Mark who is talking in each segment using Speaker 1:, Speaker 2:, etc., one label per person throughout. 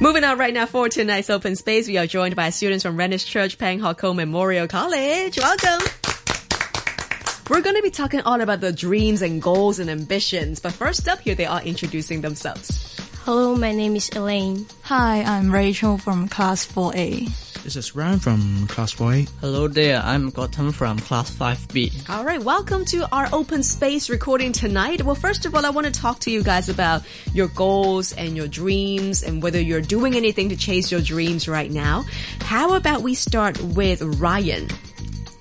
Speaker 1: Moving on right now for tonight's open space, we are joined by students from Rennish Church Pang Hako Memorial College. Welcome. We're going to be talking all about the dreams and goals and ambitions, but first up, here they are introducing themselves.
Speaker 2: Hello, my name is Elaine.
Speaker 3: Hi, I'm Rachel from Class 4A.
Speaker 4: This is Ryan from Class 4A.
Speaker 5: Hello there, I'm Gautam from Class 5B.
Speaker 1: All right, welcome to our open space recording tonight. Well, first of all, I want to talk to you guys about your goals and your dreams and whether you're doing anything to chase your dreams right now. How about we start with Ryan,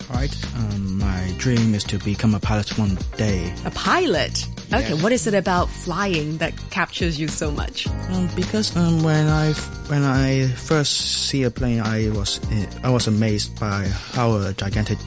Speaker 4: Alright, um, my dream is to become a pilot one day.
Speaker 1: a pilot? Okay,
Speaker 4: Yes.
Speaker 1: what is it about flying that captures you so much?
Speaker 4: Um, because um, when I when I first see a plane, I was uh, I was amazed by how a gigantic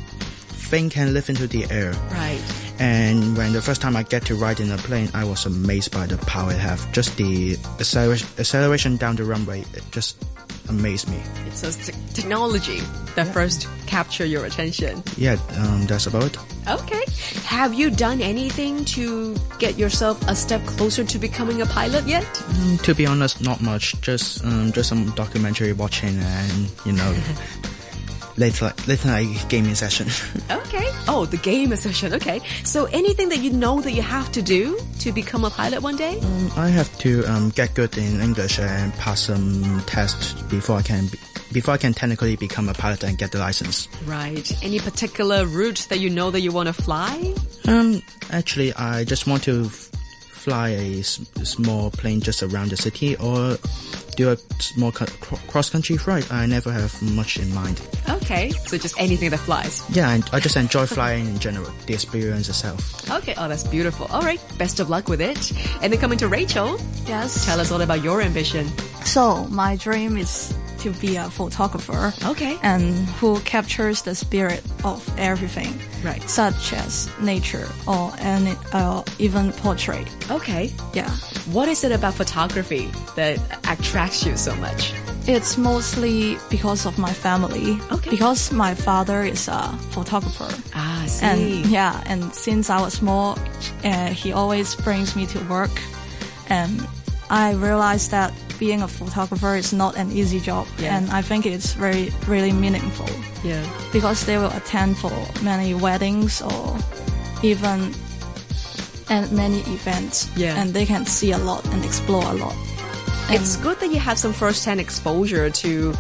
Speaker 4: thing can lift into the air.
Speaker 1: Right.
Speaker 4: And when the first time I get to ride in a plane, I was amazed by the power it have. Just the acceleration, acceleration down the runway, it just amazed me.
Speaker 1: So it's t- technology that first capture your attention.
Speaker 4: Yeah, um, that's about it.
Speaker 1: Okay. Have you done anything to get yourself a step closer to becoming a pilot yet?
Speaker 4: Mm, To be honest, not much. Just um, just some documentary watching and you know, late li- late night gaming session.
Speaker 1: Okay. Oh, the game session. Okay. So anything that you know that you have to do to become a pilot one day?
Speaker 4: um, I have to um, get good in English and pass some tests before I can be- before I can technically become a pilot and get the license.
Speaker 1: Right. Any particular route that you know that you want to fly?
Speaker 4: Um, actually, I just want to f- fly a s- small plane just around the city or do a small co- cross country flight. I never have much in mind.
Speaker 1: Okay. So just anything that flies.
Speaker 4: Yeah, and I just enjoy flying in general, the experience itself.
Speaker 1: Okay. Oh, that's beautiful. All right. Best of luck with it. And then coming to Rachel,
Speaker 3: Yes.
Speaker 1: tell us all about your ambition.
Speaker 3: So my dream is to be a photographer.
Speaker 1: Okay.
Speaker 3: And who captures the spirit of everything.
Speaker 1: Right.
Speaker 3: Such as nature or any, uh, even portrait.
Speaker 1: Okay.
Speaker 3: Yeah.
Speaker 1: What is it about photography that attracts you so much?
Speaker 3: It's mostly because of my family.
Speaker 1: Okay.
Speaker 3: Because my father is a photographer.
Speaker 1: Ah, I see.
Speaker 3: And yeah, and since I was small, uh, he always brings me to work, and I realized that being a photographer is not an easy job,
Speaker 1: Yeah.
Speaker 3: and I think it's very really meaningful
Speaker 1: yeah.
Speaker 3: because they will attend for many weddings or even and many events,
Speaker 1: Yeah.
Speaker 3: and they can see a lot and explore a lot.
Speaker 1: It's good that you have some first-hand exposure to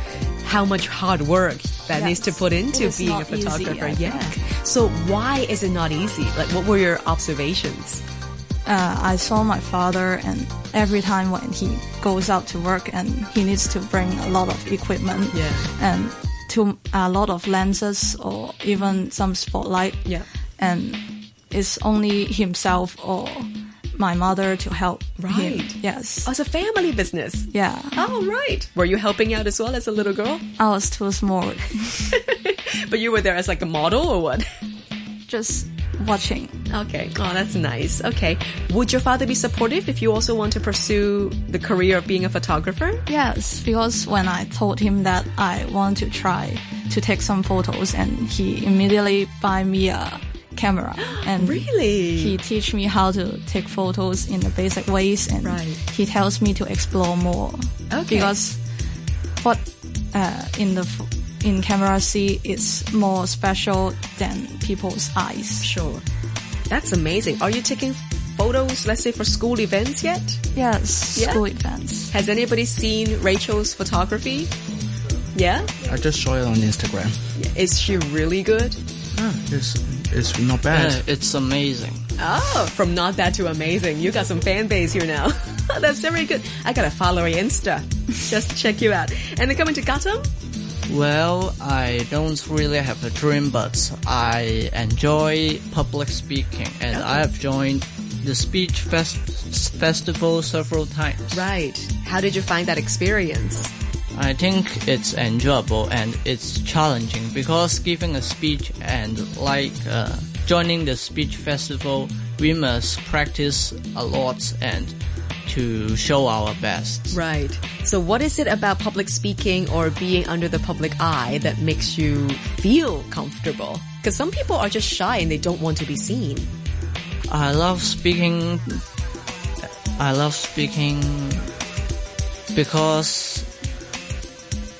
Speaker 1: how much hard work that
Speaker 3: Yes.
Speaker 1: needs to put
Speaker 3: It
Speaker 1: into
Speaker 3: is
Speaker 1: being a
Speaker 3: not easy,
Speaker 1: photographer.
Speaker 3: I
Speaker 1: yeah. So why is it not easy? Like, what were your observations?
Speaker 3: uh, I saw my father, and every time when he goes out to work, and he needs to bring a lot of equipment,
Speaker 1: Yeah.
Speaker 3: and to a lot of lenses or even some spotlight,
Speaker 1: Yeah.
Speaker 3: and it's only himself or my mother to help him.
Speaker 1: Right.
Speaker 3: Yes.
Speaker 1: Oh, it's a family business.
Speaker 3: Yeah.
Speaker 1: Oh, right. Were you helping out as well as a little girl?
Speaker 3: I was too small,
Speaker 1: But you were there as like a model or what?
Speaker 3: just watching.
Speaker 1: Okay. Oh, that's nice. Okay. Would your father be supportive if you also want to pursue the career of being a photographer?
Speaker 3: Yes, because when I told him that I want to try to take some photos, and he immediately buy me a camera and
Speaker 1: Really?
Speaker 3: he teach me how to take photos in the basic ways, and
Speaker 1: Right.
Speaker 3: he tells me to explore more.
Speaker 1: Okay.
Speaker 3: Because what uh, in the ph- in camera see is more special than people's eyes.
Speaker 1: Sure. That's amazing. Are you taking photos, let's say, for school events yet?
Speaker 3: Yes,
Speaker 1: Yeah.
Speaker 3: school events.
Speaker 1: Has anybody seen Rachel's photography? Yeah?
Speaker 4: I just saw it on Instagram.
Speaker 1: Is she really good?
Speaker 4: Ah, it's, it's not bad.
Speaker 5: Uh, it's amazing.
Speaker 1: Oh, from not that to amazing. You got some fan base here now. That's very good. I gotta follow your Insta just to check you out. And then coming to Gautam?
Speaker 5: Well, I don't really have a dream, but I enjoy public speaking, and I have joined the speech fest- festival several times.
Speaker 1: Right. How did you find that experience?
Speaker 5: I think it's enjoyable and it's challenging because giving a speech and like uh, joining the speech festival, we must practice a lot and to show our best.
Speaker 1: Right. So what is it about public speaking or being under the public eye that makes you feel comfortable? Because some people are just shy and they don't want to be seen.
Speaker 5: I love speaking. I love speaking because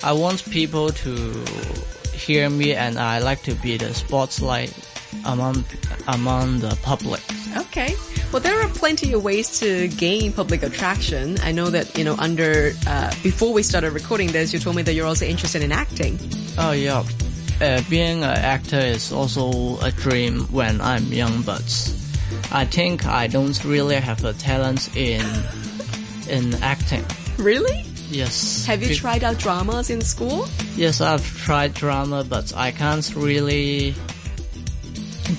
Speaker 5: I want people to hear me and I like to be the spotlight among among the public.
Speaker 1: Okay. Well, there are plenty of ways to gain public attraction. I know that, you know, under, uh, before we started recording this, you told me that you're also interested in acting.
Speaker 5: Oh yeah, uh, being an actor is also a dream when I'm young, but I think I don't really have a talent in in acting.
Speaker 1: Really?
Speaker 5: Yes.
Speaker 1: Have you
Speaker 5: Be-
Speaker 1: tried out dramas in school?
Speaker 5: Yes, I've tried drama, but I can't really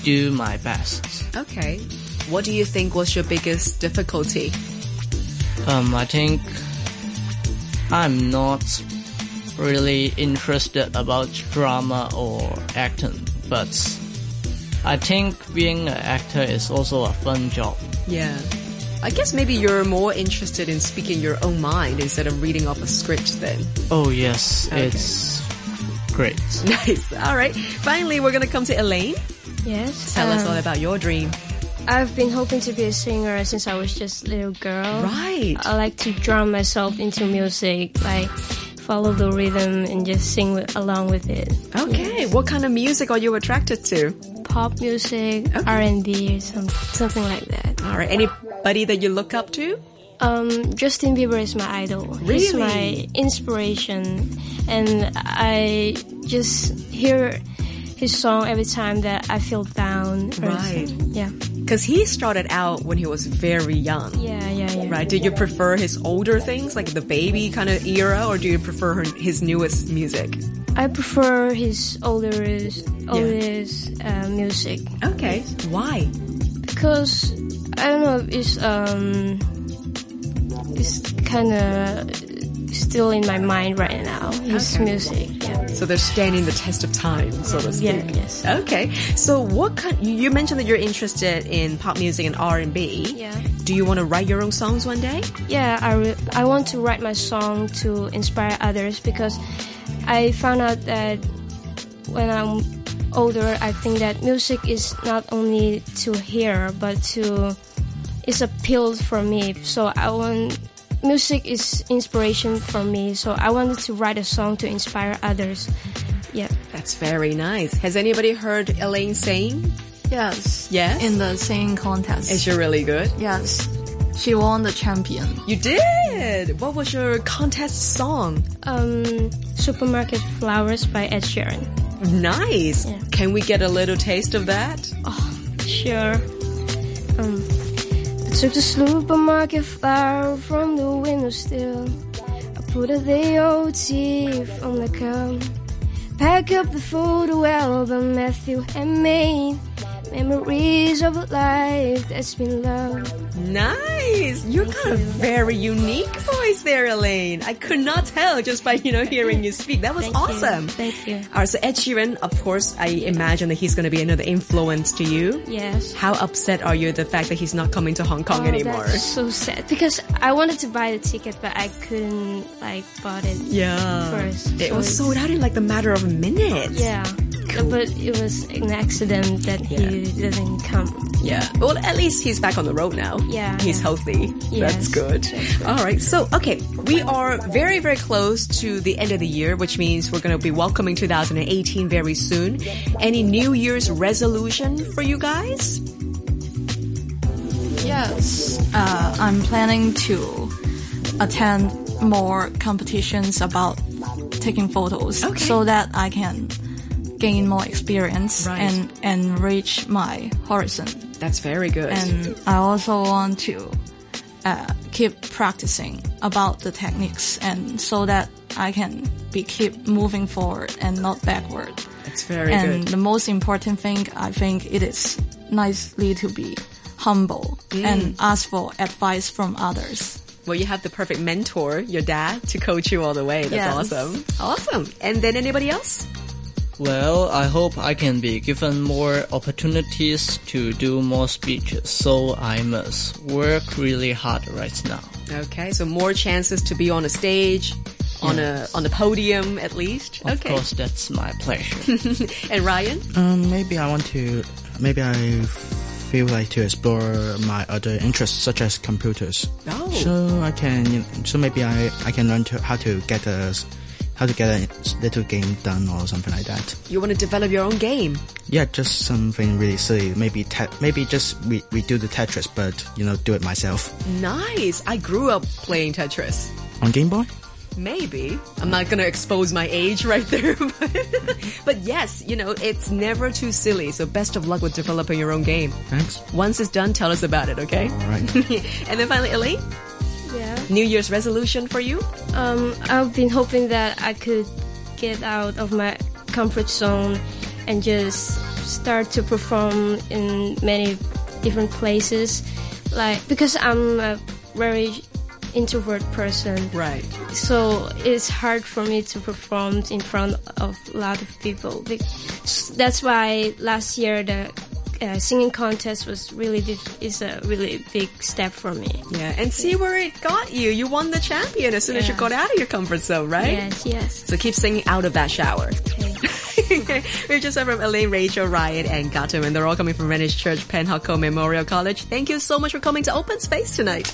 Speaker 5: do my best.
Speaker 1: Okay. What do you think was your biggest difficulty?
Speaker 5: Um, I think I'm not really interested about drama or acting, but I think being an actor is also a fun job.
Speaker 1: Yeah. I guess maybe you're more interested in speaking your own mind instead of reading off a script then.
Speaker 5: Oh yes,
Speaker 1: Okay.
Speaker 5: it's great.
Speaker 1: Nice. All right. Finally, we're going to come to Elaine.
Speaker 2: Yes.
Speaker 1: Tell us
Speaker 2: Um,
Speaker 1: all about your dream.
Speaker 2: I've been hoping to be a singer since I was just a little girl.
Speaker 1: Right.
Speaker 2: I like to drown myself into music, like follow the rhythm and just sing with, along with it.
Speaker 1: Okay. What kind of music are you attracted to?
Speaker 2: Pop music,
Speaker 1: Okay.
Speaker 2: R&B, or some, something like that.
Speaker 1: All right. Anybody that you look up to?
Speaker 2: Um, Justin Bieber is my idol. He's
Speaker 1: Really?
Speaker 2: my inspiration, and I just hear his song every time that I feel down. or
Speaker 1: Right.
Speaker 2: something. Yeah.
Speaker 1: Because he started out when he was very young.
Speaker 2: Yeah. Yeah. Yeah.
Speaker 1: Right? Do you prefer his older things, like the baby kind of era, or do you prefer her, his newest music?
Speaker 2: I prefer his older, oldest uh, music
Speaker 1: Okay. Why?
Speaker 2: because I don't know. It's um, it's kind of still in my mind right now. His
Speaker 1: Okay.
Speaker 2: music. Yeah.
Speaker 1: So they're standing the test of time, so to speak.
Speaker 2: Yeah, yes.
Speaker 1: Okay. So what kind? You you mentioned that you're interested in pop music and R and B.
Speaker 2: Yeah.
Speaker 1: Do you want to write your own songs one day?
Speaker 2: Yeah, I, re- I want to write my song to inspire others because I found out that when I'm older, I think that music is not only to hear but to it's a pill for me. So I want music is inspiration for me. So I wanted to write a song to inspire others. Yeah.
Speaker 1: That's very nice. Has anybody heard Elaine sing?
Speaker 3: Yes.
Speaker 1: Yes?
Speaker 3: In the singing contest.
Speaker 1: Is she really good?
Speaker 3: yes. She won the champion.
Speaker 1: You did. What was your contest song?
Speaker 2: Um, Supermarket Flowers by Ed Sheeran.
Speaker 1: Nice.
Speaker 2: Yeah.
Speaker 1: Can we get a little taste of that?
Speaker 2: Sure. Um, I took the supermarket flower from the window still. I put out the old teeth on the cup. Pack up the photo album Matthew and made. Memories of a life that's been loved.
Speaker 1: Nice. You got a very unique voice there, Elaine. I could not tell just by, you know, hearing you speak. That was
Speaker 2: Thank you.
Speaker 1: awesome.
Speaker 2: Thank you.
Speaker 1: All right, so Ed Sheeran, of course, I imagine that he's going to be another influence to you.
Speaker 2: Yes.
Speaker 1: How upset are you at the fact that he's not coming to Hong Kong
Speaker 2: Oh,
Speaker 1: anymore?
Speaker 2: That's so sad because I wanted to buy the ticket, but I couldn't like bought it.
Speaker 1: Yeah.
Speaker 2: First,
Speaker 1: It
Speaker 2: so
Speaker 1: was
Speaker 2: it's-
Speaker 1: sold out in like the matter of minutes.
Speaker 2: Yeah,
Speaker 6: Uh,
Speaker 2: but it was an accident that he didn't come.
Speaker 1: Yeah. Well, at least he's back on the road now.
Speaker 2: Yeah,
Speaker 1: He's
Speaker 2: yeah.
Speaker 1: healthy.
Speaker 2: Yes.
Speaker 1: That's good. All right. So, okay. We are very, very close to the end of the year, which means we're going to be welcoming 2018 very soon. Any New Year's resolution for you guys?
Speaker 3: Yes. Uh, I'm planning to attend more competitions about taking photos
Speaker 1: Okay.
Speaker 3: so that I can gain more experience
Speaker 1: Right.
Speaker 3: and, and reach my horizon.
Speaker 1: That's very good.
Speaker 3: And I also want to uh, keep practicing about the techniques and so that I can be keep moving forward and not backward.
Speaker 1: That's very
Speaker 3: and
Speaker 1: good.
Speaker 3: the most important thing, I think it is nicely to be humble
Speaker 1: Mm.
Speaker 3: and ask for advice from others.
Speaker 1: Well, you have the perfect mentor, your dad, to coach you all the way. That's
Speaker 3: Yes.
Speaker 1: awesome. Awesome. And then anybody else?
Speaker 5: Well, I hope I can be given more opportunities to do more speeches, so I must work really hard right now.
Speaker 1: Okay. So more chances to be on a stage, on a, on the podium at least.
Speaker 5: Of
Speaker 1: okay.
Speaker 5: course, that's my pleasure.
Speaker 1: And Ryan?
Speaker 4: Um, maybe I want to. Maybe I feel like to explore my other interests such as computers.
Speaker 1: Oh.
Speaker 4: So I can, you know, so maybe I, I can learn to how to get a, s- how to get a little game done or something like that.
Speaker 1: You want to develop your own game.
Speaker 4: Yeah, just something really silly. Maybe te- maybe just we we do the Tetris, but you know, do it myself
Speaker 1: Nice. I grew up playing Tetris.
Speaker 4: on Game Boy.
Speaker 1: Maybe. I'm not going to expose my age right there. But, but yes, you know, it's never too silly. So best of luck with developing your own game.
Speaker 4: Thanks.
Speaker 1: Once it's done, tell us about it, okay?
Speaker 4: All right.
Speaker 1: and then finally, Elaine,
Speaker 6: Yeah.
Speaker 1: New Year's resolution for you?
Speaker 6: Um, I've been hoping that I could get out of my comfort zone and just start to perform in many different places. Like, because I'm a very introvert person,
Speaker 1: Right.
Speaker 6: so it's hard for me to perform in front of a lot of people. Be- That's why last year the uh, singing contest was really big, is a really big step for me.
Speaker 1: Yeah. And see where it got you. You won the champion as soon as you
Speaker 6: Yeah.
Speaker 1: got out of your comfort zone, right?
Speaker 6: Yes, yes.
Speaker 1: So keep singing out of that shower.
Speaker 6: Okay.
Speaker 1: We've just heard from Elaine, Rachel, Ryan, and Gatam, and they're all coming from Greenwich Church, Penhako Memorial College. Thank you so much for coming to Open Space tonight.